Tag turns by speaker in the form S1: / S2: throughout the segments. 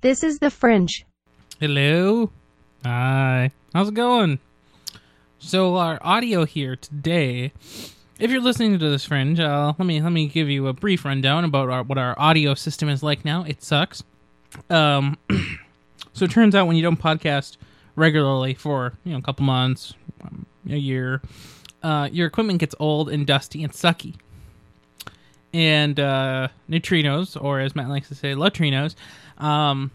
S1: This is the fringe.
S2: Hello. Hi. How's it going? So our audio here today. If you're listening to this fringe, uh, let me let me give you a brief rundown about our, what our audio system is like now. It sucks. Um, so it turns out when you don't podcast regularly for you know a couple months, um, a year, uh, your equipment gets old and dusty and sucky. And uh, neutrinos, or as Matt likes to say, latrinos, um,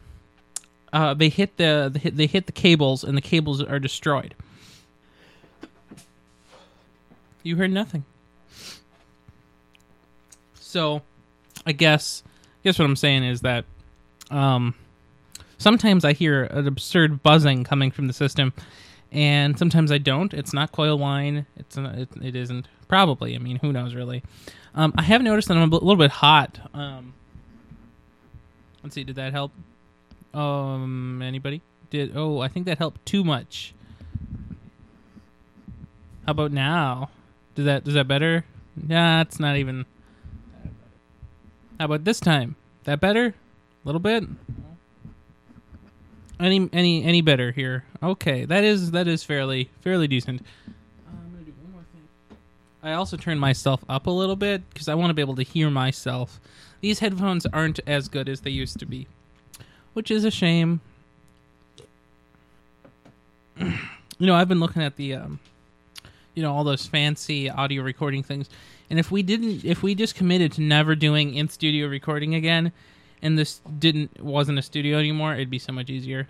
S2: uh, they hit the they hit, they hit the cables, and the cables are destroyed. You heard nothing. So, I guess guess what I'm saying is that um, sometimes I hear an absurd buzzing coming from the system, and sometimes I don't. It's not coil wine. It's not, it, it isn't probably. I mean, who knows really? Um, I have noticed that I'm a bl- little bit hot. Um, let's see. Did that help? Um, anybody? Did oh, I think that helped too much. How about now? Does that is that better? Nah, it's not even. How about this time? That better? A little bit. Any any any better here? Okay, that is that is fairly fairly decent. I also turned myself up a little bit because I want to be able to hear myself. These headphones aren't as good as they used to be, which is a shame. you know, I've been looking at the um, you know all those fancy audio recording things and if we didn't if we just committed to never doing in studio recording again and this didn't wasn't a studio anymore it'd be so much easier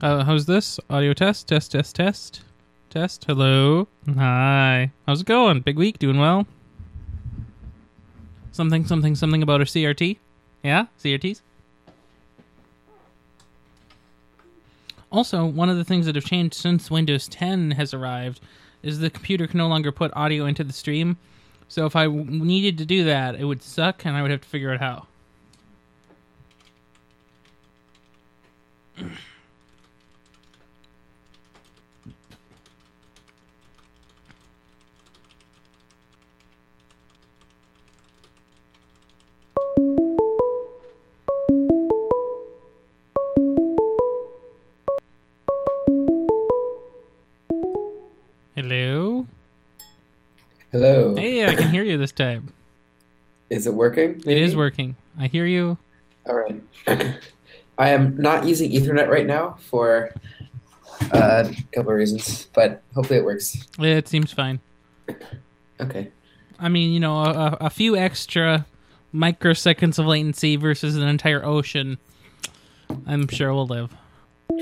S2: uh, how's this audio test test test test test hello hi how's it going big week doing well something something something about a crt yeah crts Also, one of the things that have changed since Windows 10 has arrived is the computer can no longer put audio into the stream. So if I w- needed to do that, it would suck and I would have to figure out how. Hello?
S3: Hello.
S2: Hey, I can hear you this time.
S3: Is it working?
S2: It is
S3: maybe?
S2: working. I hear you.
S3: All right. I am not using Ethernet right now for uh, a couple of reasons, but hopefully it works.
S2: It seems fine.
S3: Okay.
S2: I mean, you know, a, a- a few extra microseconds of latency versus an entire ocean. I'm sure we'll live.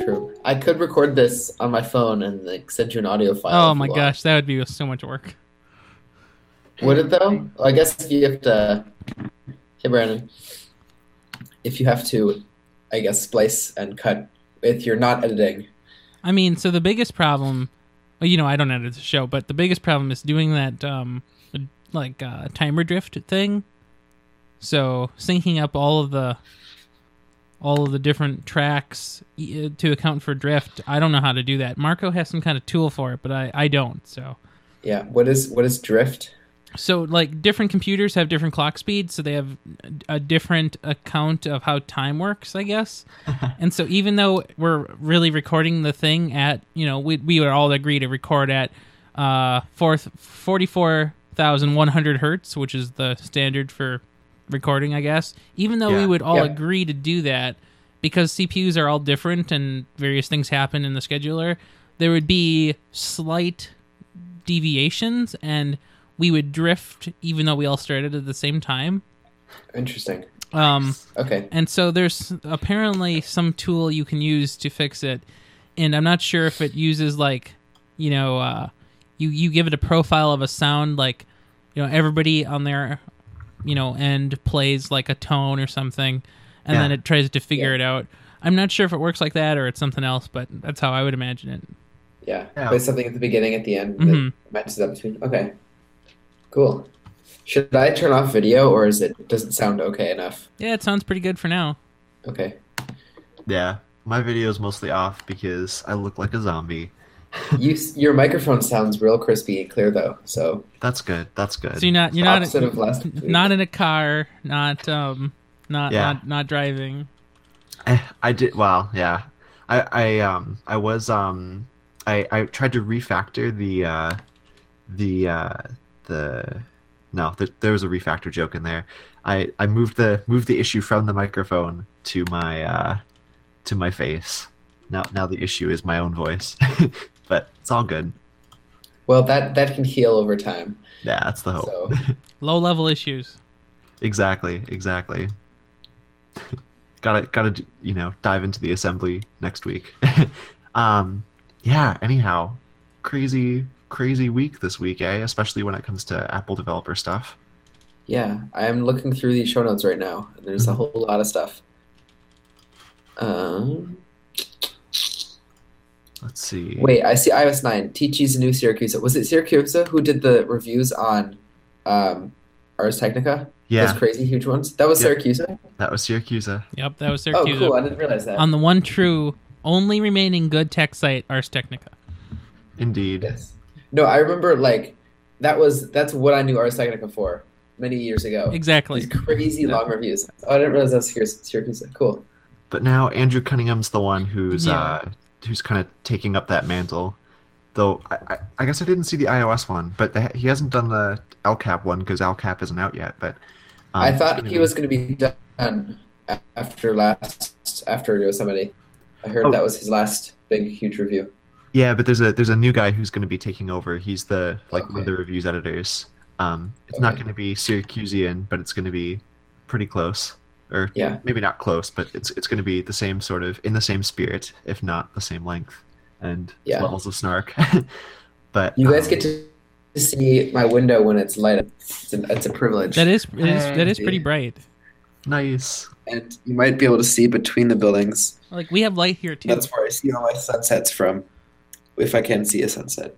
S3: True. I could record this on my phone and like send you an audio file.
S2: Oh
S3: if
S2: my
S3: you want.
S2: gosh, that would be so much work.
S3: Would it though? I guess if you have to. Hey Brandon. If you have to, I guess splice and cut. If you're not editing,
S2: I mean, so the biggest problem, well, you know, I don't edit the show, but the biggest problem is doing that um like uh, timer drift thing. So syncing up all of the all of the different tracks eh, to account for drift. I don't know how to do that. Marco has some kind of tool for it, but I I don't. So
S3: yeah. What is what is drift?
S2: so like different computers have different clock speeds, so they have a different account of how time works, I guess. and so even though we're really recording the thing at, you know, we we would all agree to record at uh fourth forty four thousand one hundred hertz, which is the standard for recording, I guess. Even though we
S4: Yeah.
S2: would all
S3: Yeah.
S2: agree to do that, because CPUs are all different and various things happen in the scheduler, there would be slight deviations and we would drift even though we all started at the same time.
S3: Interesting.
S2: Um,
S3: Okay.
S2: and so there's apparently some tool you can use to fix it. And I'm not sure if it uses like, you know, uh, you, you give it a profile of a sound, like, you know, everybody on their, you know, end plays like a tone or something. And
S4: Yeah.
S2: then it tries to figure
S3: Yeah.
S2: it out. I'm not sure if it works like that or it's something else, but that's how I would imagine it.
S3: Yeah.
S4: Yeah.
S3: Play something at the beginning, at the end that
S2: Mhm.
S3: matches up between. Okay. Cool. Should I turn off video or is it does it sound okay enough?
S2: Yeah, it sounds pretty good for now.
S3: Okay.
S4: Yeah, my video's mostly off because I look like a zombie.
S3: You s- your microphone sounds real crispy and clear though, so
S4: That's good. That's good.
S2: So you're not you're
S3: the
S2: not
S3: opposite of last.
S2: not in a car, not um Not
S4: Yeah.
S2: not not driving.
S4: I, Eh, I did well, yeah. I, I um I was um I, I tried to refactor the uh the uh the no there, there was a refactor joke in there. I, I moved the moved the issue from the microphone to my uh to my face. Now now the issue is my own voice. but it's all good.
S3: Well, that that can heal over time.
S4: Yeah, that's the hope.
S3: So
S2: Low level issues.
S4: Exactly, exactly. gotta gotta you know dive into the assembly next week. um, yeah. Anyhow, crazy crazy week this week, eh? Especially when it comes to Apple developer stuff.
S3: yeah, I'm looking through these show notes right now, and there's a whole lot of stuff. Um,
S4: Let's see.
S3: wait, I see iOS nine. TG's new Syracuse. Was it Syracuse who did the reviews on um, Ars Technica?
S4: Yeah,
S3: Those crazy huge ones. That was
S4: Yeah.
S3: Syracuse.
S4: that was Syracuse.
S2: Yep, that was
S3: Oh,
S2: Syracuse.
S3: cool! I didn't realize that.
S2: On the one true, only remaining good tech site, Ars Technica.
S4: Indeed.
S3: Yes. No, I remember like that was that's what I knew Ars Technica for many years ago.
S2: Exactly.
S3: Oh, These crazy long reviews. Oh, I didn't realize that was Syracuse. Syracuse. Cool.
S4: But now Andrew Cunningham's the one who's
S2: Yeah.
S4: uh, who's kind of taking up that mantle. Though I, I, I guess I didn't see the iOS one, but the, he hasn't done the LCAP one because LCAP isn't out yet. But um,
S3: I thought
S4: anyway.
S3: he was going to be done a- after last after Yosemite. I heard
S4: Oh.
S3: that was his last big huge review.
S4: Yeah, but there's a there's a new guy who's going to be taking over. He's the like one of
S3: Okay.
S4: the reviews editors. Um, it's not
S3: Okay.
S4: going to be Syracusean, but it's going to be pretty close, or
S3: Yeah.
S4: maybe not close, but it's it's going to be the same sort of in the same spirit, if not the same length and
S3: Yeah.
S4: levels of snark. but
S3: You guys
S4: um,
S3: get to see my window when it's light up. It's, an, it's a privilege.
S2: That is, it is that is
S3: Hey.
S2: pretty bright.
S4: nice.
S3: and you might be able to see between the buildings.
S2: Like we have light here too.
S3: That's where I see all my sunsets from, if I can see a sunset.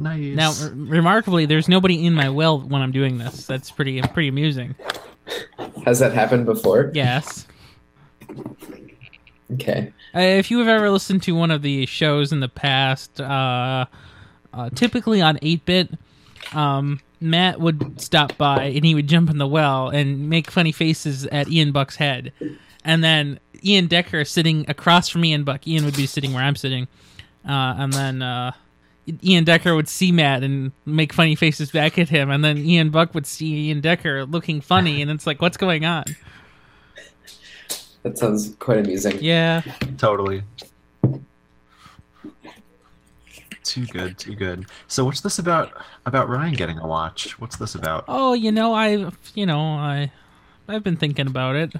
S4: Nice.
S2: Now, uh, r- remarkably, there's nobody in my well when I'm doing this. That's pretty pretty amusing.
S3: Has that happened before?
S2: Yes.
S3: Okay.
S2: Uh, if you have ever listened to one of the shows in the past, uh, uh, typically on 8 bit, um, Matt would stop by and he would jump in the well and make funny faces at Ian Buck's head. And then Ian Decker sitting across from Ian Buck, Ian would be sitting where I'm sitting. Uh, and then uh, Ian Decker would see Matt and make funny faces back at him. And then Ian Buck would see Ian Decker looking funny. And it's like, what's going on?
S3: That sounds quite amusing.
S2: Yeah.
S4: Totally. Too good, too good. So what's this about about Ryan getting a watch? What's this about?
S2: Oh, you know, I've you know, I I've been thinking about it.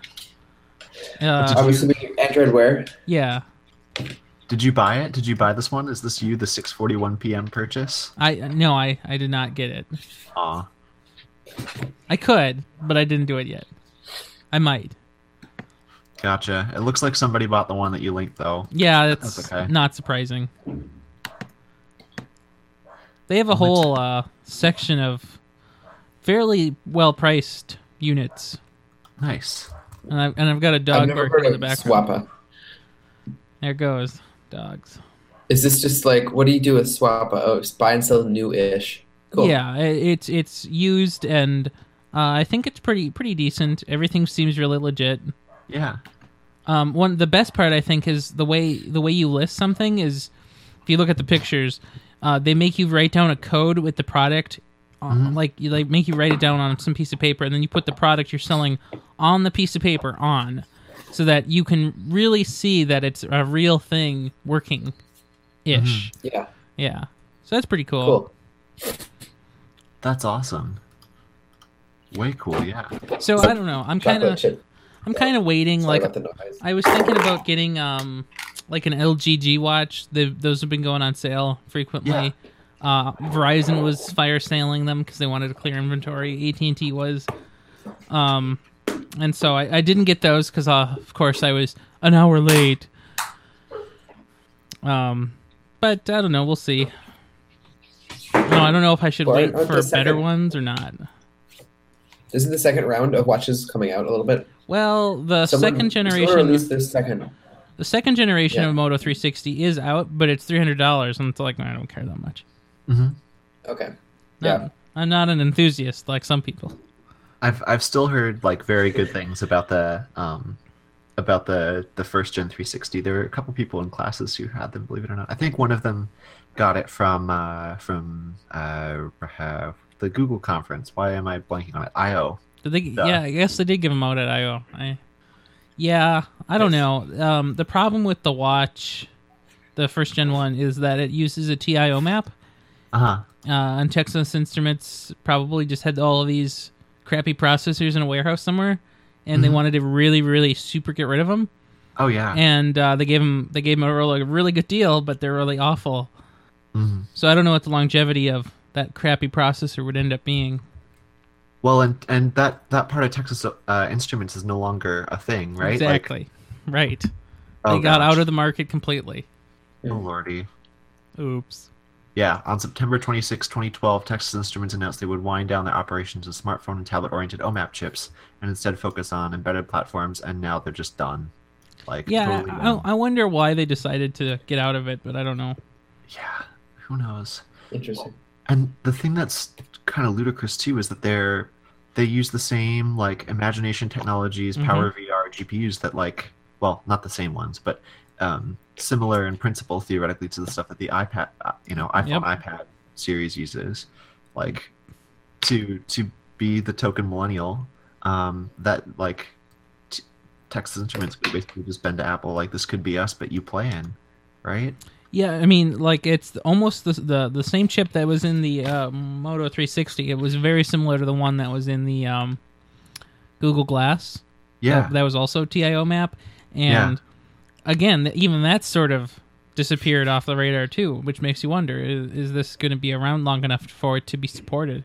S3: I
S2: Uh,
S3: was assuming Android Wear.
S2: yeah,
S4: Did you buy it? Did you buy this one? Is this you, the 6:41 p.m. purchase?
S2: I no, I I did not get it.
S4: Aw,
S2: I could, but I didn't do it yet. I might.
S4: gotcha. It looks like somebody bought the one that you linked, though.
S2: Yeah, that's,
S4: That's okay.
S2: not surprising. They have a whole uh, section of fairly well priced units,
S4: Nice.
S2: and I've and I've got a
S3: I've
S2: dog
S3: never
S2: barking
S3: heard
S2: in the
S3: of
S2: background.
S3: Swappa.
S2: There goes dogs.
S3: Is this just like what do you do with Swappa? Oh, it's buy and sell new-ish. Cool.
S2: Yeah, i- it's it's used and uh, I think it's pretty pretty decent. Everything seems really legit.
S4: Yeah.
S2: Um, one the best part I think is the way the way you list something is if you look at the pictures, uh, they make you write down a code with the product. uh, Like you like make you write it down on some piece of paper, and then you put the product you're selling on the piece of paper on, so that you can really see that it's a real thing working, ish.
S3: Yeah.
S2: Yeah, so that's pretty cool.
S3: Cool.
S4: That's awesome. Way cool, yeah.
S2: So I don't know. I'm kind
S3: Chocolate
S2: of
S3: chip.
S2: I'm kind of waiting.
S3: Sorry
S2: Like
S3: about the noise.
S2: I was thinking about getting um like an LGG watch. they those have been going on sale frequently.
S4: Yeah.
S2: Uh, Verizon was fire saling them because they wanted to clear inventory. AT and T was, um, and so I, I didn't get those because uh, of course I was an hour late. Um, but I don't know. We'll see. No, I don't know if I should
S3: Well,
S2: wait
S3: aren't
S2: for
S3: the
S2: better
S3: second-
S2: ones or not.
S3: Isn't the second round of watches coming out a little bit?
S2: Well, the
S3: Someone-
S2: second
S3: someone
S2: generation
S3: released their second.
S2: The second generation
S3: Yeah.
S2: of Moto 360 is out, but it's three hundred dollars, and it's like I don't care that much.
S4: hmm
S3: Okay.
S2: No,
S3: Yeah.
S2: I'm not an enthusiast like some people.
S4: I've I've still heard like very good things about the um about the the first gen 360. There were a couple people in classes who had them, believe it or not. I think one of them got it from uh, from uh, uh, the Google conference. Why am I blanking on it? I/O.
S2: Did they?
S4: Yeah.
S2: Yeah, I guess they did give them out at I/O. I, yeah, I don't know. Um, the problem with the watch, the first gen one, is that it uses a TIO map,
S4: Uh huh.
S2: uh, and Texas Instruments probably just had all of these crappy processors in a warehouse somewhere, and they
S3: Mm-hmm.
S4: Mhm.
S2: wanted to really, really super get rid of them.
S4: Oh
S3: Ah.
S4: yeah.
S2: And uh, they gave them they gave them a really, really good deal, but they're really awful.
S4: Mhm.
S2: So I don't know what the longevity of that crappy processor would end up being.
S4: Well, and and that that part of Texas uh, Instruments is no longer a thing, right? Like,
S2: Exactly. right. They
S4: oh,
S2: got
S4: gosh.
S2: out of the market completely.
S4: Oh lordy.
S2: Oops.
S4: Yeah, on September 26, 2012, Texas Instruments announced they would wind down their operations of smartphone and tablet oriented OMAP chips and instead focus on embedded platforms, and now they're just done. Like,
S2: Yeah,
S4: totally
S2: I-
S4: done.
S2: I, I wonder why they decided to get out of it, but I don't know.
S4: yeah, who knows?
S3: Interesting.
S4: And the thing that's kind of ludicrous too is that they're they use the same like imagination technologies,
S2: Mhm.
S4: power VR GPUs that like well, not the same ones, but um, similar in principle theoretically to the stuff that the iPad, uh, you know, iPhone iPad series uses. Like to to be the token millennial, um, that like t- Texas Instruments could basically just been to Apple like this could be us, but you plan, right?
S2: Yeah, I mean, like it's almost the the, the same chip that was in the uh, Moto 360. It was very similar to the one that was in the um, Google Glass.
S4: Yeah.
S2: that, that was also TIO map, and again, th- even that sort of disappeared off the radar too, which makes you wonder: is, is this going to be around long enough for it to be supported?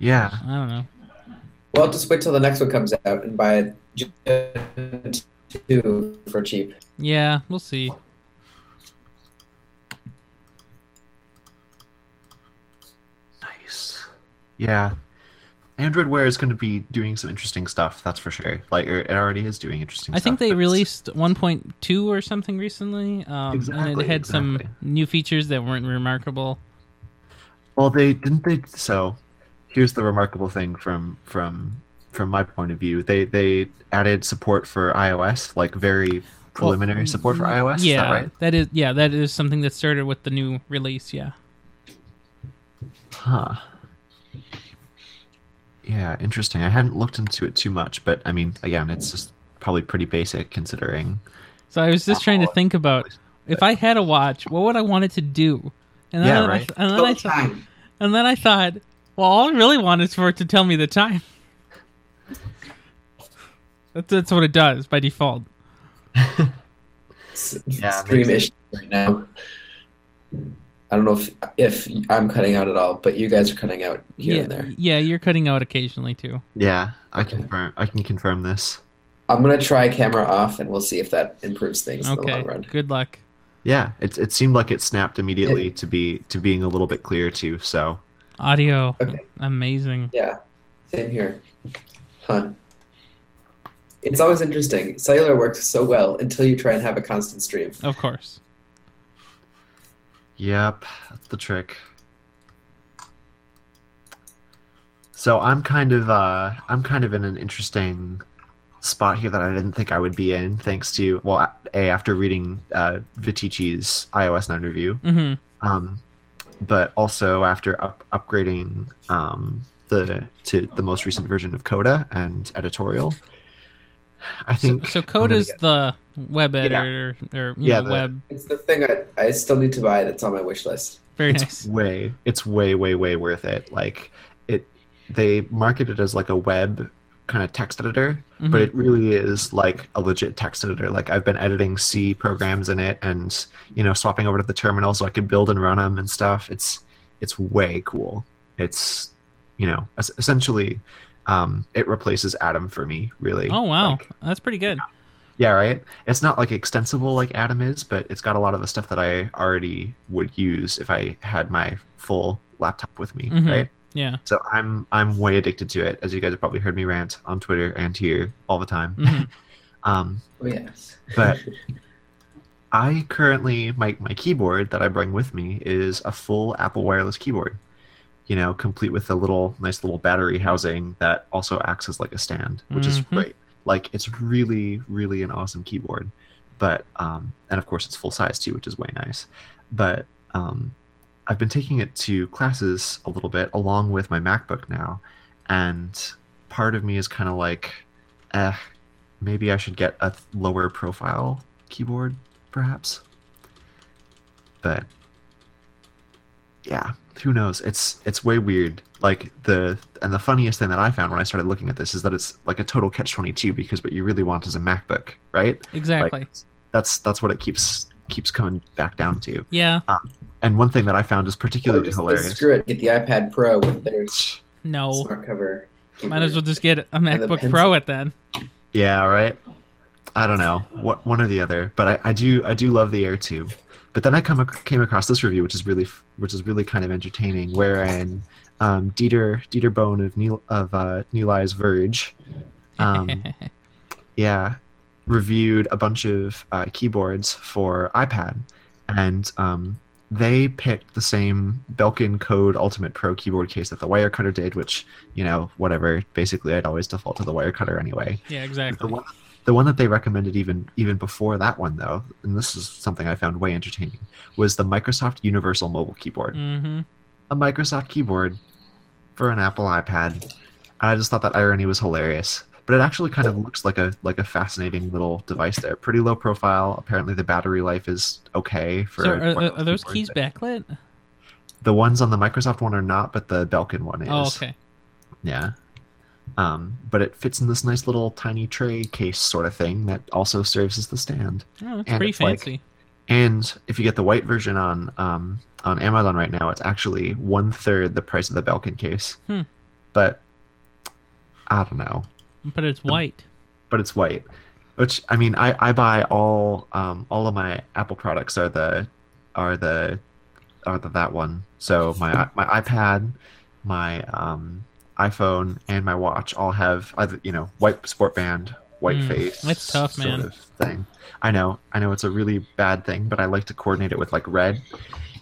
S4: yeah.
S2: I don't know.
S3: Well, just wait till the next one comes out and buy Gen 2 for cheap.
S2: Yeah, we'll see.
S4: Nice. Yeah. Android Wear is going to be doing some interesting stuff, that's for sure. Like or it already is doing interesting
S2: I
S4: stuff.
S2: think they
S4: but it's-
S2: released 1.2 or something recently, um, and
S4: Exactly,
S2: it had some
S4: exactly.
S2: new features that weren't remarkable.
S4: Well, they didn't they so here's the remarkable thing from from from my point of view. They they added support for iOS, like very preliminary
S2: Well,
S4: support for iOS, is
S2: Yeah,
S4: that right?
S2: that is yeah, that is something that started with the new release. Yeah,
S4: Huh. Yeah, interesting. I hadn't looked into it too much, but I mean, again, it's just probably pretty basic considering.
S2: so I was just trying
S4: Oh,
S2: to think about if I had a watch, what would I want it to do? And then
S4: Yeah,
S2: I,
S4: right.
S2: and then I thought,
S3: time.
S2: and then I thought, well, all I really want is for it to tell me the time. That's, that's what it does by default.
S3: S-
S4: Yeah,
S3: stream
S4: makes
S3: issue right now. I don't know if if I'm cutting out at all, but you guys are cutting out here
S2: yeah,
S3: and there.
S2: yeah, you're cutting out occasionally too.
S4: Yeah, I
S3: Okay.
S4: confirm I can confirm this.
S3: I'm gonna try camera off, and we'll see if that improves things in the
S2: Okay,
S3: long run.
S2: good luck.
S4: Yeah, it it seemed like it snapped immediately to be to being a little bit clear too. So
S2: Audio,
S3: Okay.
S2: amazing.
S3: Yeah, same here. Huh. It's always interesting. Cellular works so well until you try and have a constant stream.
S2: Of course.
S4: yep, that's the trick. So I'm kind of uh I'm kind of in an interesting spot here that I didn't think I would be in, thanks to well a after reading uh, Vitici's iOS 9 review,
S2: hmm
S4: um, but also after up, upgrading um, the to the most recent version of Coda and editorial. I
S2: So,
S4: think
S2: so
S4: I'm gonna
S2: Coda's
S4: get-
S2: the web
S4: Yeah.
S2: editor or you
S4: Yeah,
S2: know,
S4: the-
S2: web.
S3: It's the thing I, I still need to buy that's on my wish list.
S2: Very
S4: it's
S2: nice.
S4: way it's way way way worth it like it they market it as like a web kind of text editor but
S2: Mhm.
S4: it really is like a legit text editor like i've been editing c programs in it and you know swapping over to the terminal so i could build and run them and stuff it's it's way cool it's you know es- essentially um it replaces atom for me really
S2: oh wow,
S4: Like,
S2: that's pretty good.
S4: yeah, right. It's not like extensible like Atom is, but it's got a lot of the stuff that I already would use if I had my full laptop with me,
S2: Mhm.
S4: right?
S2: Yeah.
S4: So I'm I'm way addicted to it, as you guys have probably heard me rant on Twitter and here all the time.
S2: Mhm.
S4: Um,
S3: Oh yes.
S4: but I currently my my keyboard that I bring with me is a full Apple wireless keyboard. you know, complete with a little nice little battery housing that also acts as like a stand, which is
S2: Mhm.
S4: great. Like it's really, really an awesome keyboard. But um, and of course it's full size too, which is way nice. But um, I've been taking it to classes a little bit along with my MacBook now, and part of me is kind of like, eh, maybe I should get a lower profile keyboard, perhaps. But yeah, who knows? It's it's way weird. Like the and the funniest thing that I found when I started looking at this is that it's like a total catch twenty two because what you really want is a MacBook, right? Like,
S2: Exactly.
S4: that's that's what it keeps keeps coming back down to.
S2: yeah.
S4: And one thing that I found is
S3: Or
S4: particularly
S3: just-
S4: hilarious.
S3: Screw it. Get the iPad Pro with their
S2: No.
S3: smart cover.
S2: Oh. Might as well just get a
S3: the
S2: MacBook
S3: pencil.
S2: Pro at then.
S4: Yeah, right. I don't know, what one or the other, but I, I do I do love the Air Two. But then I come ac- came across this review, which is really f- which is really kind of entertaining, wherein um, Dieter Dieter Bone of Neil of uh, Neli's Verge, um, yeah, reviewed a bunch of uh, keyboards for iPad, and um, they picked the same Belkin Code Ultimate Pro keyboard case that the wire cutter did, which you know whatever. Basically, I'd always default to the wire cutter anyway.
S2: yeah,
S4: The
S2: exactly.
S4: one, the one that they recommended even even before that one though, and this is something I found way entertaining, was the Microsoft Universal Mobile Keyboard,
S2: Mm-hmm.
S4: a Microsoft keyboard for an Apple iPad. And I just thought that irony was hilarious. But it actually kind of looks like a like a fascinating little device there. Pretty low profile. Apparently, the battery life is okay for.
S2: So are,
S4: one
S2: are,
S4: of
S2: are
S4: the
S2: those keys
S4: keyboards.
S2: backlit?
S4: The ones on the Microsoft one are not, but the Belkin one is.
S2: Oh, okay.
S4: Yeah. Um, but it fits in this nice little tiny tray case sort of thing that also serves as the stand.
S2: Oh, that's
S4: And
S2: pretty
S4: it's like-
S2: fancy.
S4: And if you get the white version on um, on Amazon right now, it's actually one third the price of the Belkin case.
S2: Hmm.
S4: But I don't know.
S2: but it's white.
S4: But it's white, which I mean, I, I buy all um, all of my Apple products are the are the are the that one. So my my iPad, my um, iPhone, and my watch all have either you know white sport band, white
S2: Mm,
S4: face.
S2: that's tough, man.
S4: Sort of thing. I know, I know it's a really bad thing, but I like to coordinate it with like red.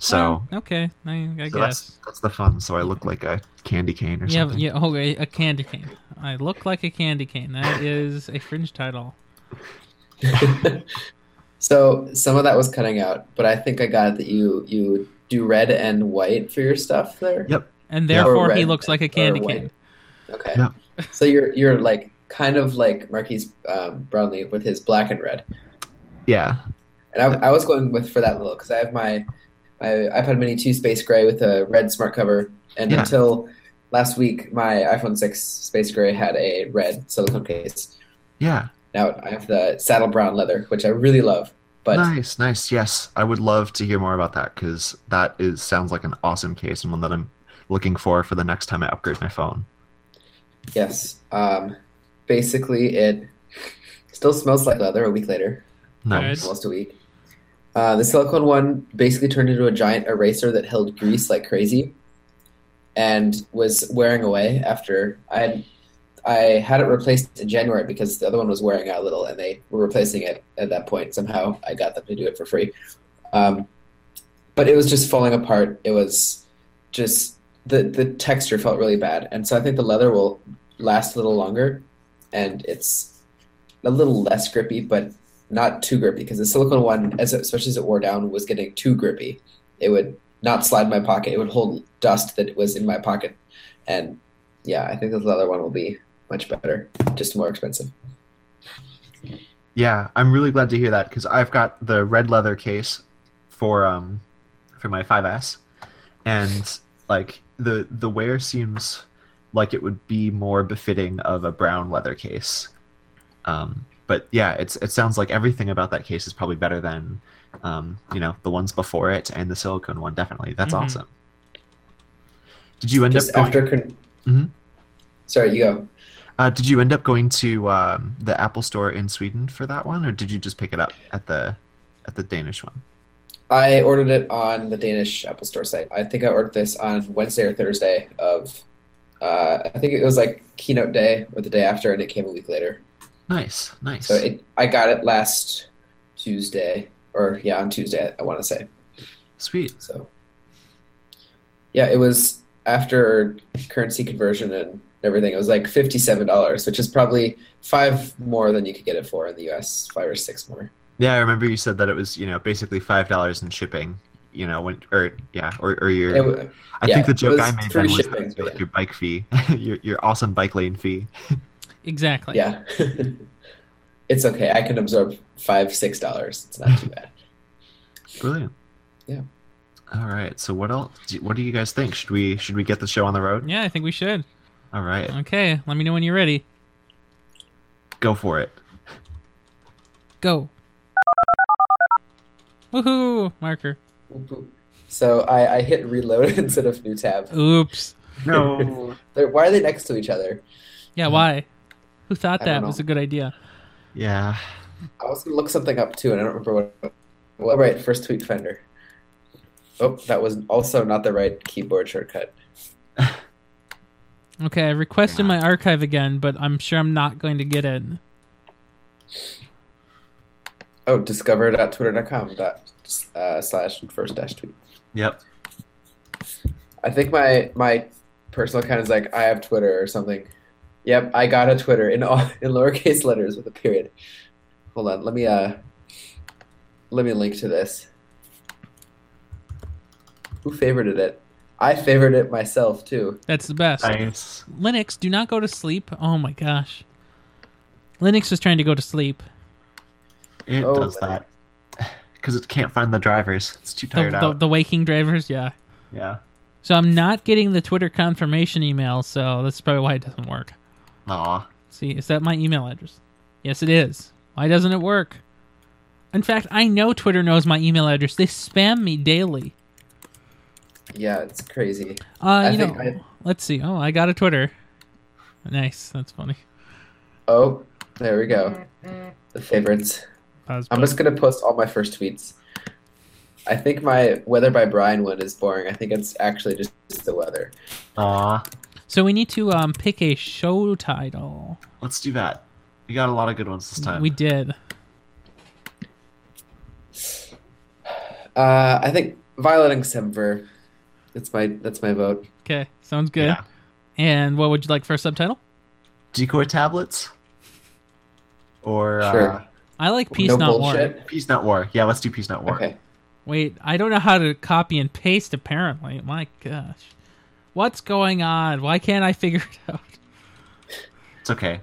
S4: So,
S2: Oh, okay, I, I
S4: so
S2: guess.
S4: that's that's the fun. So I look like a candy cane or
S2: Yeah,
S4: something.
S2: yeah. Oh, a, a candy cane. I look like a candy cane. That is a fringe title.
S3: so some of that was cutting out, but I think I got that you you do red and white for your stuff there.
S4: Yep.
S2: And
S4: Yeah.
S2: therefore,
S3: Or
S2: he
S3: red
S2: looks like a
S3: or
S2: candy
S3: white.
S2: cane.
S3: Okay.
S4: Yeah.
S3: So you're you're like kind of like Marquise um, Brownlee with his black and red,
S4: yeah.
S3: and I, I was going with for that look because I have my my iPad Mini two space gray with a red smart cover, and
S4: Yeah.
S3: until last week my iPhone six space gray had a red silicone case.
S4: Yeah.
S3: Now I have the saddle brown leather, which I really love, but
S4: nice, nice. Yes, I would love to hear more about that because that is sounds like an awesome case and one that I'm looking for for the next time I upgrade my phone.
S3: Yes. Um, basically, it still smells like leather a week later,
S4: Nice.
S3: almost a week. Uh, the silicone one basically turned into a giant eraser that held grease like crazy, and was wearing away after I had I had it replaced in January because the other one was wearing out a little, and they were replacing it at that point. Somehow I got them to do it for free, um, but it was just falling apart. It was just the the texture felt really bad, and so I think the leather will last a little longer, and it's a little less grippy, but not too grippy because the silicone one, as especially as it wore down, was getting too grippy. It would not slide in my pocket. It would hold dust that was in my pocket, and yeah, I think the leather one will be much better, just more expensive.
S4: Yeah, I'm really glad to hear that because I've got the red leather case for um for my 5S, and like the the wear seems like it would be more befitting of a brown leather case. Um, but yeah, it's it sounds like everything about that case is probably better than um, you know the ones before it and the silicone one. Definitely, that's
S2: Mhm.
S4: awesome. Did you end
S3: Just
S4: up going,
S3: after. Con-
S4: Mhm.
S3: Sorry, you go.
S4: uh, Did you end up going to um, the Apple Store in Sweden for that one, or did you just pick it up at the at the Danish one?
S3: I ordered it on the Danish Apple Store site. I think I ordered this on Wednesday or Thursday of, uh, I think it was like keynote day or the day after, and it came a week later.
S4: Nice, nice.
S3: So it, I got it last Tuesday, or yeah, on Tuesday, I want to say.
S4: Sweet.
S3: So yeah, it was after currency conversion and everything, it was like fifty-seven dollars, which is probably five more than you could get it for in the U.S. Five or six more.
S4: Yeah, I remember you said that it was you know basically five dollars in shipping. You know when or yeah or or your.
S3: It wa-
S4: I
S3: yeah,
S4: think the
S3: it
S4: joke
S3: was
S4: I made
S3: free
S4: then was
S3: shipping,
S4: that, like,
S3: yeah.
S4: your bike fee, your your awesome bike lane fee.
S2: Exactly.
S3: yeah, it's okay. I can absorb five, six dollars. It's not too bad.
S4: Brilliant.
S3: Yeah.
S4: All right. So what else? do- What do you guys think? Should we should we get the show on the road?
S2: Yeah, I think we should.
S4: All right.
S2: Okay, let me know when you're ready.
S4: Go for it.
S2: Go. Woohoo! Marker.
S3: Boop, boop. So I, I hit reload instead of new tab.
S2: Oops.
S4: No.
S3: They're, why are they next to each other?
S2: Yeah, why? Who thought
S3: I
S2: that
S3: don't
S2: was
S3: know.
S2: a good idea?
S4: yeah.
S3: I was gonna look something up too, and I don't remember what. Well, right, first tweet finder. Oh, that was also not the right keyboard shortcut.
S2: Okay, I requested
S4: Yeah.
S2: my archive again, but I'm sure I'm not going to get it.
S3: Oh, discover.twitter.com dot uh, slash first dash tweet.
S4: Yep.
S3: I think my my personal account is like I have Twitter or something. Yep, I got a Twitter in all in lowercase letters with a period. Hold on, let me uh let me link to this. Who favorited it? I favored it myself too.
S2: That's the best.
S4: Nice.
S2: Linux, do not go to sleep. Oh my gosh. Linux is trying to go to sleep.
S4: It
S3: Oh,
S4: does
S3: but-
S4: that because it can't find the drivers. It's too
S2: The,
S4: tired
S2: the,
S4: out.
S2: the waking drivers, yeah.
S4: yeah.
S2: So I'm not getting the Twitter confirmation email, so that's probably why it doesn't work.
S4: Aw.
S2: See, is that my email address? Yes, it is. Why doesn't it work? In fact, I know Twitter knows my email address. They spam me daily.
S3: Yeah, it's crazy.
S2: Uh,
S3: I
S2: you know,
S3: think I-
S2: let's see. Oh, I got a Twitter. Nice. That's funny.
S3: Oh, there we go. The favorites.
S2: Pause
S3: I'm just gonna post all my first tweets. I think my weather by Brian one is boring. I think it's actually just the weather.
S4: Aw.
S2: So we need to um, pick a show title.
S4: Let's do that. We got a lot of good ones this time.
S2: We did.
S3: Uh, I think Violet and Semver. That's my that's my vote.
S2: Okay, sounds good.
S4: Yeah.
S2: And what would you like for a subtitle?
S4: Decoy tablets. Or
S3: Sure.
S2: I like Peace
S3: no
S2: Not War.
S3: bullshit.
S4: uh, peace not war. Yeah. Let's do peace not war.
S3: Okay.
S2: Wait, I don't know how to copy and paste apparently. My gosh. What's going on? Why can't I figure it out?
S4: It's okay.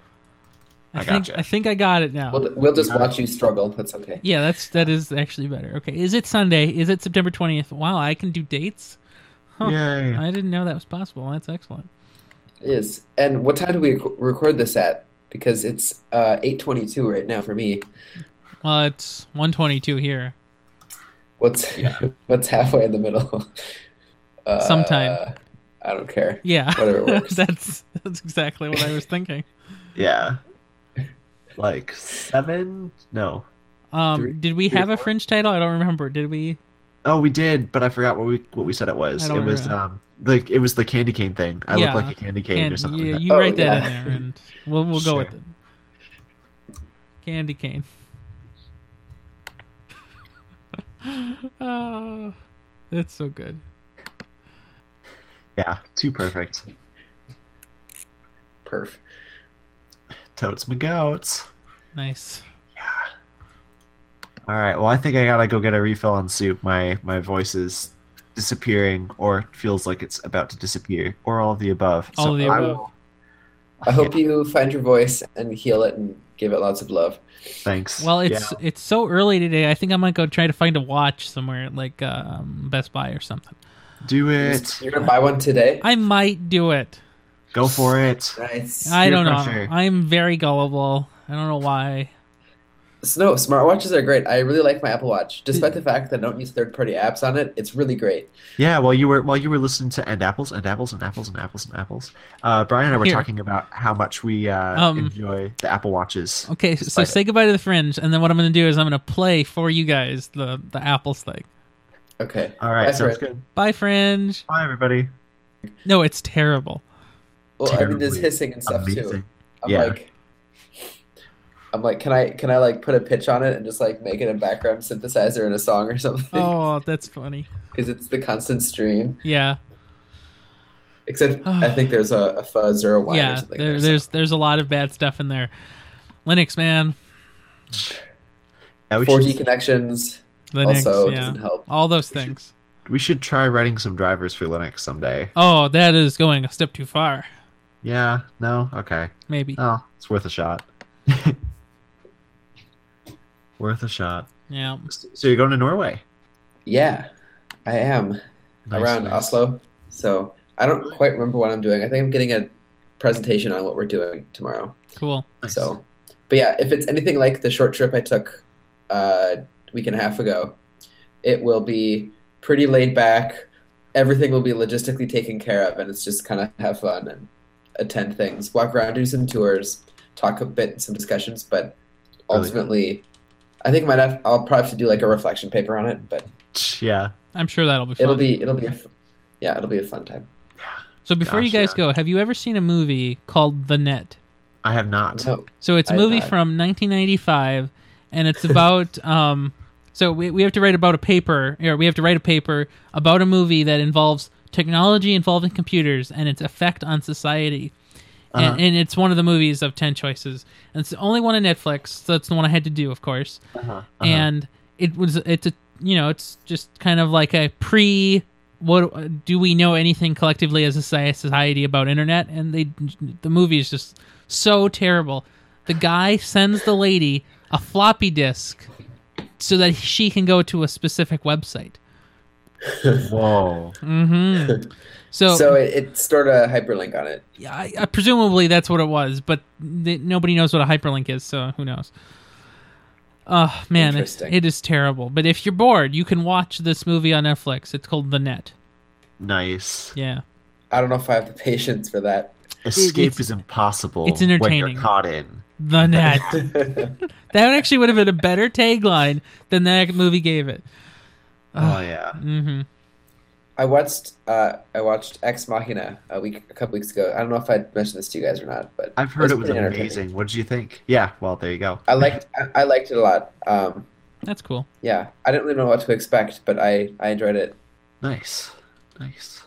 S4: I
S2: think
S4: gotcha.
S2: I think I got it now.
S3: We'll, we'll just watch you struggle. That's okay.
S2: yeah, that's that is actually better. Okay, is it Sunday? Is it September 20th? Wow, I can do dates. Huh.
S4: Yay.
S2: I didn't know that was possible. That's excellent.
S3: It is. And what time do we rec- record this at? Because it's uh, 8:22 right now for me.
S2: Well, it's 122 here.
S3: What's what's halfway in the middle? Uh,
S2: Sometime.
S3: I don't care.
S2: Yeah.
S3: Whatever works.
S2: that's that's exactly what I was thinking.
S4: Yeah. Like seven? No.
S2: Um,
S3: Three-
S2: did we
S3: three or
S2: have a
S3: four?
S2: fringe title? I don't remember. Did we?
S4: Oh, we did, but I forgot what we what we said it was.
S2: I
S4: It
S2: don't
S4: was
S2: remember.
S4: um like it was the candy cane thing. I
S2: Yeah.
S4: look like a candy cane or
S2: And
S4: something.
S2: yeah,
S4: like
S2: you
S3: Oh,
S2: write that
S3: yeah.
S2: in there, and we'll we'll go with
S4: Sure.
S2: it. Candy cane. oh, that's so good.
S4: that. yeah, too perfect.
S3: Perf.
S4: Totes my goats.
S2: Nice.
S4: All right. Well, I think I gotta go get a refill on soup. My my voice is disappearing, or feels like it's about to disappear, or all of the above.
S2: All of the
S4: I
S2: above.
S4: will-
S3: I hope you find your voice and heal it and give it lots of love.
S4: Thanks.
S2: Well,
S4: Yeah.
S2: it's it's so early today. I think I might go try to find a watch somewhere, like um, Best Buy or something.
S4: do it.
S3: You're gonna buy one today.
S2: I might do it.
S4: Go for it.
S3: Nice.
S2: I
S4: Peer
S2: don't
S4: pressure.
S2: know. I'm very gullible. I don't know why.
S3: Snow smartwatches are great. I really like my Apple Watch, despite the fact that I don't use third-party apps on it. It's really great.
S4: Yeah, while you were while you were listening to and apples and apples and apples and apples and apples, uh, Brian and I were
S2: Here.
S4: talking about how much we uh,
S2: Um,
S4: enjoy the Apple Watches.
S2: Okay, so
S4: Despite it.
S2: say goodbye to the fringe, and then what I'm going to do is I'm going to play for you guys the the Apple thing.
S3: Okay.
S4: All right,
S3: that's
S4: sounds
S3: right.
S4: good.
S2: Bye, fringe.
S4: Bye, everybody.
S2: No, it's terrible.
S3: Well, I mean, there's
S4: Terribly
S3: hissing and stuff too.
S4: Amazing.
S3: I'm
S4: Yeah.
S3: like, I'm like, can I can I like put a pitch on it and just like make it a background synthesizer in a song or something?
S2: Oh, that's funny.
S3: Because it's the constant stream.
S2: Yeah.
S3: Except I think there's a, a fuzz or a wire or
S2: yeah,
S3: something.
S2: there,
S3: there, so-
S2: there's there's a lot of bad stuff in there. Linux, man.
S4: Yeah, we,
S3: 4G
S4: should,
S3: connections
S2: Linux,
S3: also
S2: yeah.
S3: doesn't help.
S2: All those things.
S4: we should try writing some drivers for Linux someday.
S2: Oh, that is going a step too far.
S4: Yeah, no, okay.
S2: Maybe.
S4: Oh, it's worth a shot. worth a shot.
S2: Yeah.
S4: So you're going to Norway?
S3: Yeah, I am
S4: Mm-hmm. Nice,
S3: around
S4: nice.
S3: Oslo. So I don't quite remember what I'm doing. I think I'm getting a presentation on what we're doing tomorrow.
S2: Cool.
S4: Nice.
S3: So, but yeah, if it's anything like the short trip I took uh, a week and a half ago, it will be pretty laid back. Everything will be logistically taken care of, and it's just kind of have fun and attend things, walk around, do some tours, talk a bit, some discussions. But
S4: Really?
S3: ultimately, I think might have, I'll probably have to do like a reflection paper on it. But
S4: Yeah.
S2: I'm sure that'll be fun.
S3: it'll be it'll be a, f- yeah, it'll be a fun time.
S2: so before you
S4: Gosh,
S2: guys
S4: yeah.
S2: go, have you ever seen a movie called The Net?
S4: I have not.
S3: So,
S2: So it's a
S3: I-
S2: movie
S3: I-
S2: from 1995, and it's about um. So we we have to write about a paper, or we have to write a paper about a movie that involves technology involving computers and its effect on society.
S4: Uh-huh.
S2: And, and it's one of the movies of ten choices, and it's the only one on Netflix. So that's the one I had to do, of course.
S4: Uh-huh, uh-huh.
S2: And it was it's a you know it's just kind of like a pre. What do we know anything collectively as a soci- society about internet? And they the movie is just so terrible. The guy sends the lady a floppy disk so that she can go to a specific website.
S4: Whoa.
S2: hmm So,
S3: so it, it stored a hyperlink on it.
S2: yeah, I, I, presumably that's what it was, but th- nobody knows what a hyperlink is, so who knows? Oh man, it,
S3: Interesting.
S2: it is terrible. But if you're bored, you can watch this movie on Netflix. It's called The Net.
S4: Nice.
S2: Yeah,
S3: I don't know if I have the patience for that.
S4: Escape
S2: it's-
S4: is impossible.
S2: it's
S4: When
S2: entertaining.
S4: you're caught in.
S2: The Net. that actually would have been a better tagline than that movie gave it.
S4: Oh yeah.
S2: Mm-hmm.
S3: I watched uh, I watched Ex Machina a week a couple weeks ago. I don't know if I mentioned this to you guys or not, but
S4: I've heard
S3: It's
S4: it was
S3: pretty entertaining.
S4: amazing. What did you think? Yeah. Well, there you go.
S3: I liked I, I liked it a lot. Um,
S2: That's cool.
S3: yeah, I didn't really know what to expect, but I, I enjoyed it.
S4: Nice. Nice.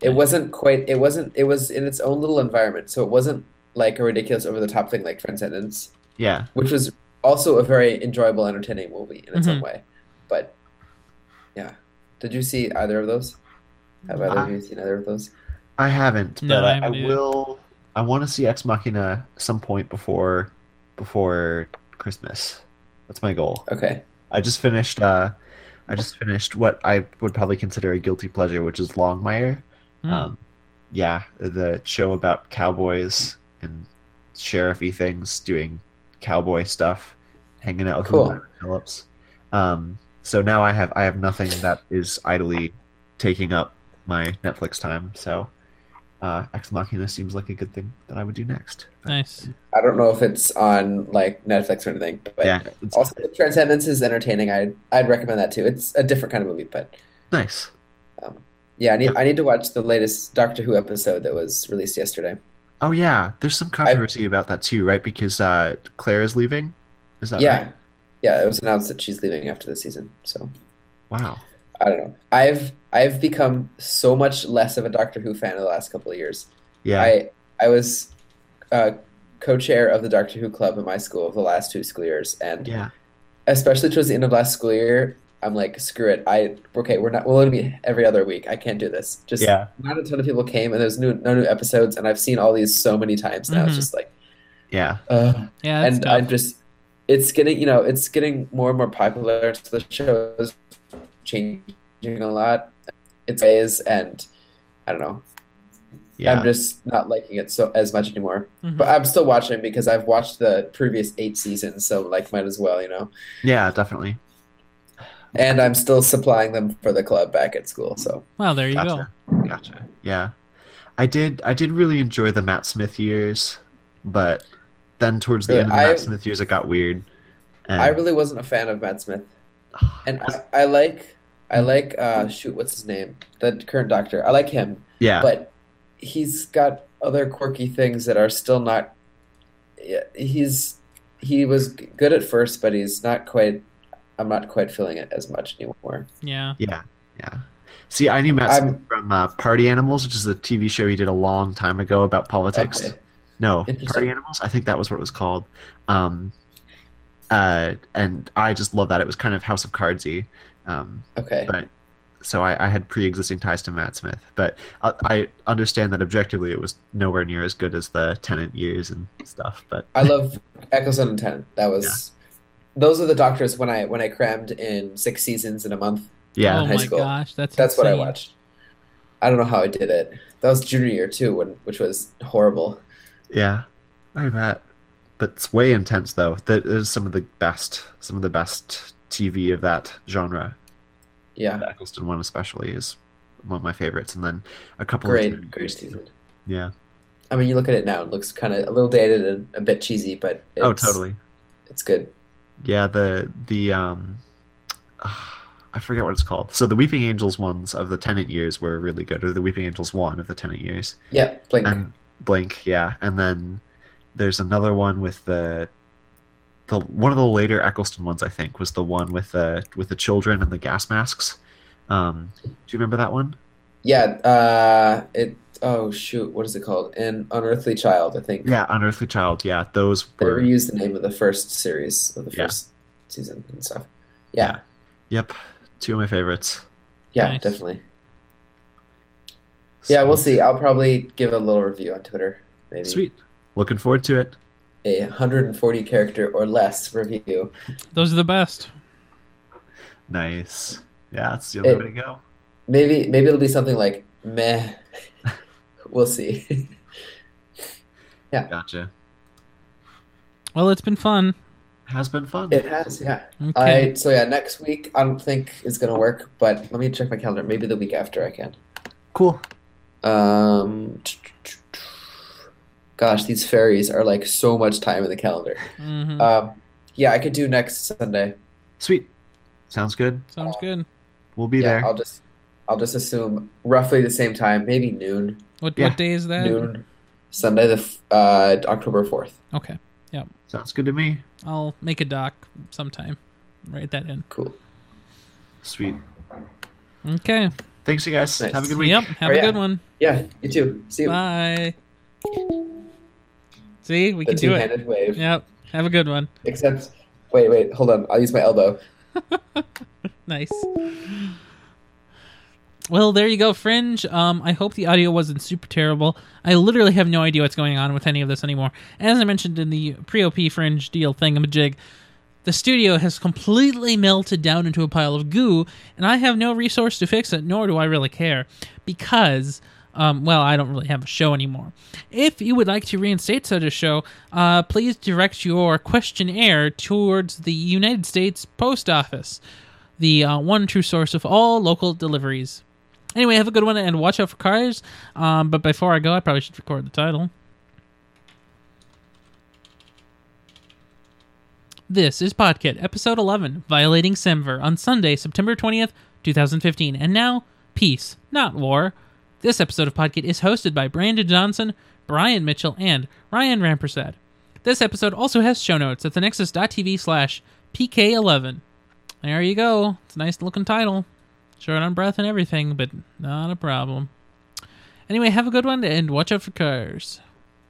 S3: It wasn't quite. It wasn't. It was in its own little environment, so it wasn't like a ridiculous over the top thing like Transcendence,
S4: Yeah.
S3: which was also a very enjoyable, entertaining movie in its
S4: Mm-hmm.
S3: own way. But yeah, did you see either of those? Have either of
S4: I-
S3: you seen either of those?
S4: I haven't,
S2: No,
S4: but
S2: I
S4: I, I,
S2: haven't either.
S4: will. I want to see Ex Machina some point before before Christmas. That's my goal.
S3: Okay.
S4: I just finished. uh I just finished what I would probably consider a guilty pleasure, which is Longmire.
S2: Mm.
S4: Um, yeah, the show about cowboys and sheriffy things, doing cowboy stuff, hanging out with
S3: Cool.
S4: Llewellyn Phillips. Um, so now I have I have nothing that is idly taking up my Netflix time. So uh, Ex Machina seems like a good thing that I would do next. But,
S2: nice.
S3: I don't know if it's on like Netflix or anything, but
S4: yeah, it's
S3: also Transcendence is entertaining. I'd I'd recommend that too. It's a different kind of movie, but um,
S4: nice.
S3: yeah, I need I need to watch the latest Doctor Who episode that was released yesterday.
S4: Oh yeah, there's some controversy about that too, right? Because uh, Claire is leaving. Is that
S3: yeah,
S4: right?
S3: yeah, it was announced that she's leaving after the season. So
S4: Wow.
S3: I don't know. I've I've become so much less of a Doctor Who fan in the last couple of years.
S4: Yeah.
S3: I I was uh, co-chair of the Doctor Who club in my school the last two school years, and
S4: yeah.
S3: especially towards the end of last school year, I'm like, screw it. I okay, we're not. Well, it'll be every other week. I can't do this. Just
S4: Yeah.
S3: not a ton of people came, and there's new no new episodes, and I've seen all these so many times now.
S2: Mhm.
S3: It's
S4: Mm-hmm.
S3: just like,
S4: Yeah.
S3: uh,
S2: Yeah, that's
S3: and
S2: tough.
S3: I'm just, it's getting you know, it's getting more and more popular. So the show is changing a lot. It's ways, and I don't know.
S4: Yeah.
S3: I'm just not liking it so as much anymore.
S2: Mhm.
S3: But I'm still watching because I've watched the previous eight seasons, so like, might as well, you know.
S4: yeah. Definitely.
S3: and I'm still supplying them for the club back at school. So
S2: well, there you go.
S4: Gotcha. Gotcha. Yeah. I did I did really enjoy the Matt Smith years, but then towards the
S3: Yeah,
S4: end of the
S3: I-
S4: Matt Smith years it got weird. And,
S3: I really wasn't a fan of Matt Smith, and I, I like I like uh, shoot what's his name the current doctor. I like him,
S4: Yeah.
S3: but he's got other quirky things that are still not. yeah, He's he was g- good at first, but he's not quite. I'm not quite feeling it as much anymore.
S2: Yeah.
S4: yeah. Yeah. See, I knew Matt
S3: I'm-
S4: Smith from uh, Party Animals, which is a TV show he did a long time ago about politics.
S3: Okay.
S4: No,
S3: Interesting.
S4: Party Animals. I think that was what it was called. Um, uh, and I just love that it was kind of House of Cardsy. Um,
S3: Okay.
S4: but so I, I had pre-existing ties to Matt Smith, but I, I understand that objectively it was nowhere near as good as the Tenant years and stuff. But
S3: I love Eccleston and Tennant. That was those are the doctors when I when I crammed in six seasons in a month.
S4: yeah,
S2: oh
S3: high
S2: my
S3: school.
S2: gosh, that's
S3: That's what I
S2: insane.
S3: watched. I don't know how I did it. That was junior year too, when which was horrible.
S4: yeah, I bet. But it's way intense though. That is some of the best, some of the best TV of that genre.
S3: Yeah,
S4: The Eccleston one especially is one of my favorites, and then a couple. of Tenant
S3: great, great
S4: years.
S3: season.
S4: Yeah.
S3: I mean, you look at it now; it looks kind of a little dated and a bit cheesy, but it's,
S4: Oh, totally.
S3: It's good.
S4: Yeah, the the um, I forget what it's called. So the Weeping Angels ones of the Tenant years were really good, or the Weeping Angels one of the Tenant years.
S3: Yeah, Blink.
S4: And Blink, yeah, and then there's another one with the the one of the later Eccleston ones. I think was the one with the with the children and the gas masks. Um, do you remember that one?
S3: yeah, uh, it. Oh shoot, what is it called? An Unearthly Child, I think.
S4: Yeah, Unearthly Child. Yeah, those
S3: They
S4: were.
S3: reused the name of the first series of the
S4: Yeah.
S3: first season and stuff. Yeah,
S4: Yep, two of my favorites.
S3: yeah,
S2: Nice.
S3: definitely. Yeah, we'll see. I'll probably give a little review on Twitter. Maybe
S4: Sweet. Looking forward to it.
S3: a 140 character or less review.
S2: Those are the best.
S4: Nice. Yeah, that's the only
S3: It-
S4: way to go.
S3: Maybe maybe it'll be something like meh. we'll see.
S4: Gotcha.
S2: Well, it's been fun.
S4: Has been fun.
S3: it has, yeah.
S2: Okay.
S3: I so yeah, next week I don't think it's gonna work, but let me check my calendar. Maybe the week after I can.
S4: Cool.
S3: Um gosh, these fairies are like so much time in the calendar.
S4: Hmm.
S2: Mhm.
S3: Um yeah, I could do next Sunday.
S4: Sweet. Sounds good.
S2: Sounds good.
S4: We'll be
S3: yeah,
S4: there.
S3: I'll just I'll just assume roughly the same time, maybe noon.
S2: What
S4: yeah.
S2: what day is that?
S3: Noon. Sunday the f- uh October 4th.
S2: Okay.
S4: Sounds good to me.
S2: I'll make a doc sometime. Write that in.
S3: Cool.
S4: Sweet.
S2: Okay.
S4: Thanks, you guys.
S3: Nice.
S4: Have a good week.
S2: Yep. Have
S3: Oh,
S2: a
S3: yeah.
S2: good one.
S3: Yeah, you too. See you.
S2: Bye. See, we
S3: the
S2: can do it.
S3: two-handed wave.
S2: Yep. Have a good one.
S3: Except, wait, wait, hold on. I'll use my elbow.
S2: Nice. Well, there you go, Fringe. Um, I hope the audio wasn't super terrible. I literally have no idea what's going on with any of this anymore. As I mentioned in the pre-OP Fringe deal thingamajig, the studio has completely melted down into a pile of goo, and I have no resource to fix it, nor do I really care, because, um, well, I don't really have a show anymore. If you would like to reinstate such a show, uh, please direct your questionnaire towards the United States Post Office the uh, one true source of all local deliveries. Anyway, have a good one and watch out for cars. Um, but before I go, I probably should record the title. This is Podkit, episode 11, Violating Simver, on Sunday, September 20th, 2015. And now, peace, not war. This episode of Podkit is hosted by Brandon Johnson, Brian Mitchell, and Ryan Rampersad. This episode also has show notes at thenexus.tv slash PK11. There you go. It's a nice looking title. Short on breath and everything, but not a problem. Anyway, have a good one and watch out for cars.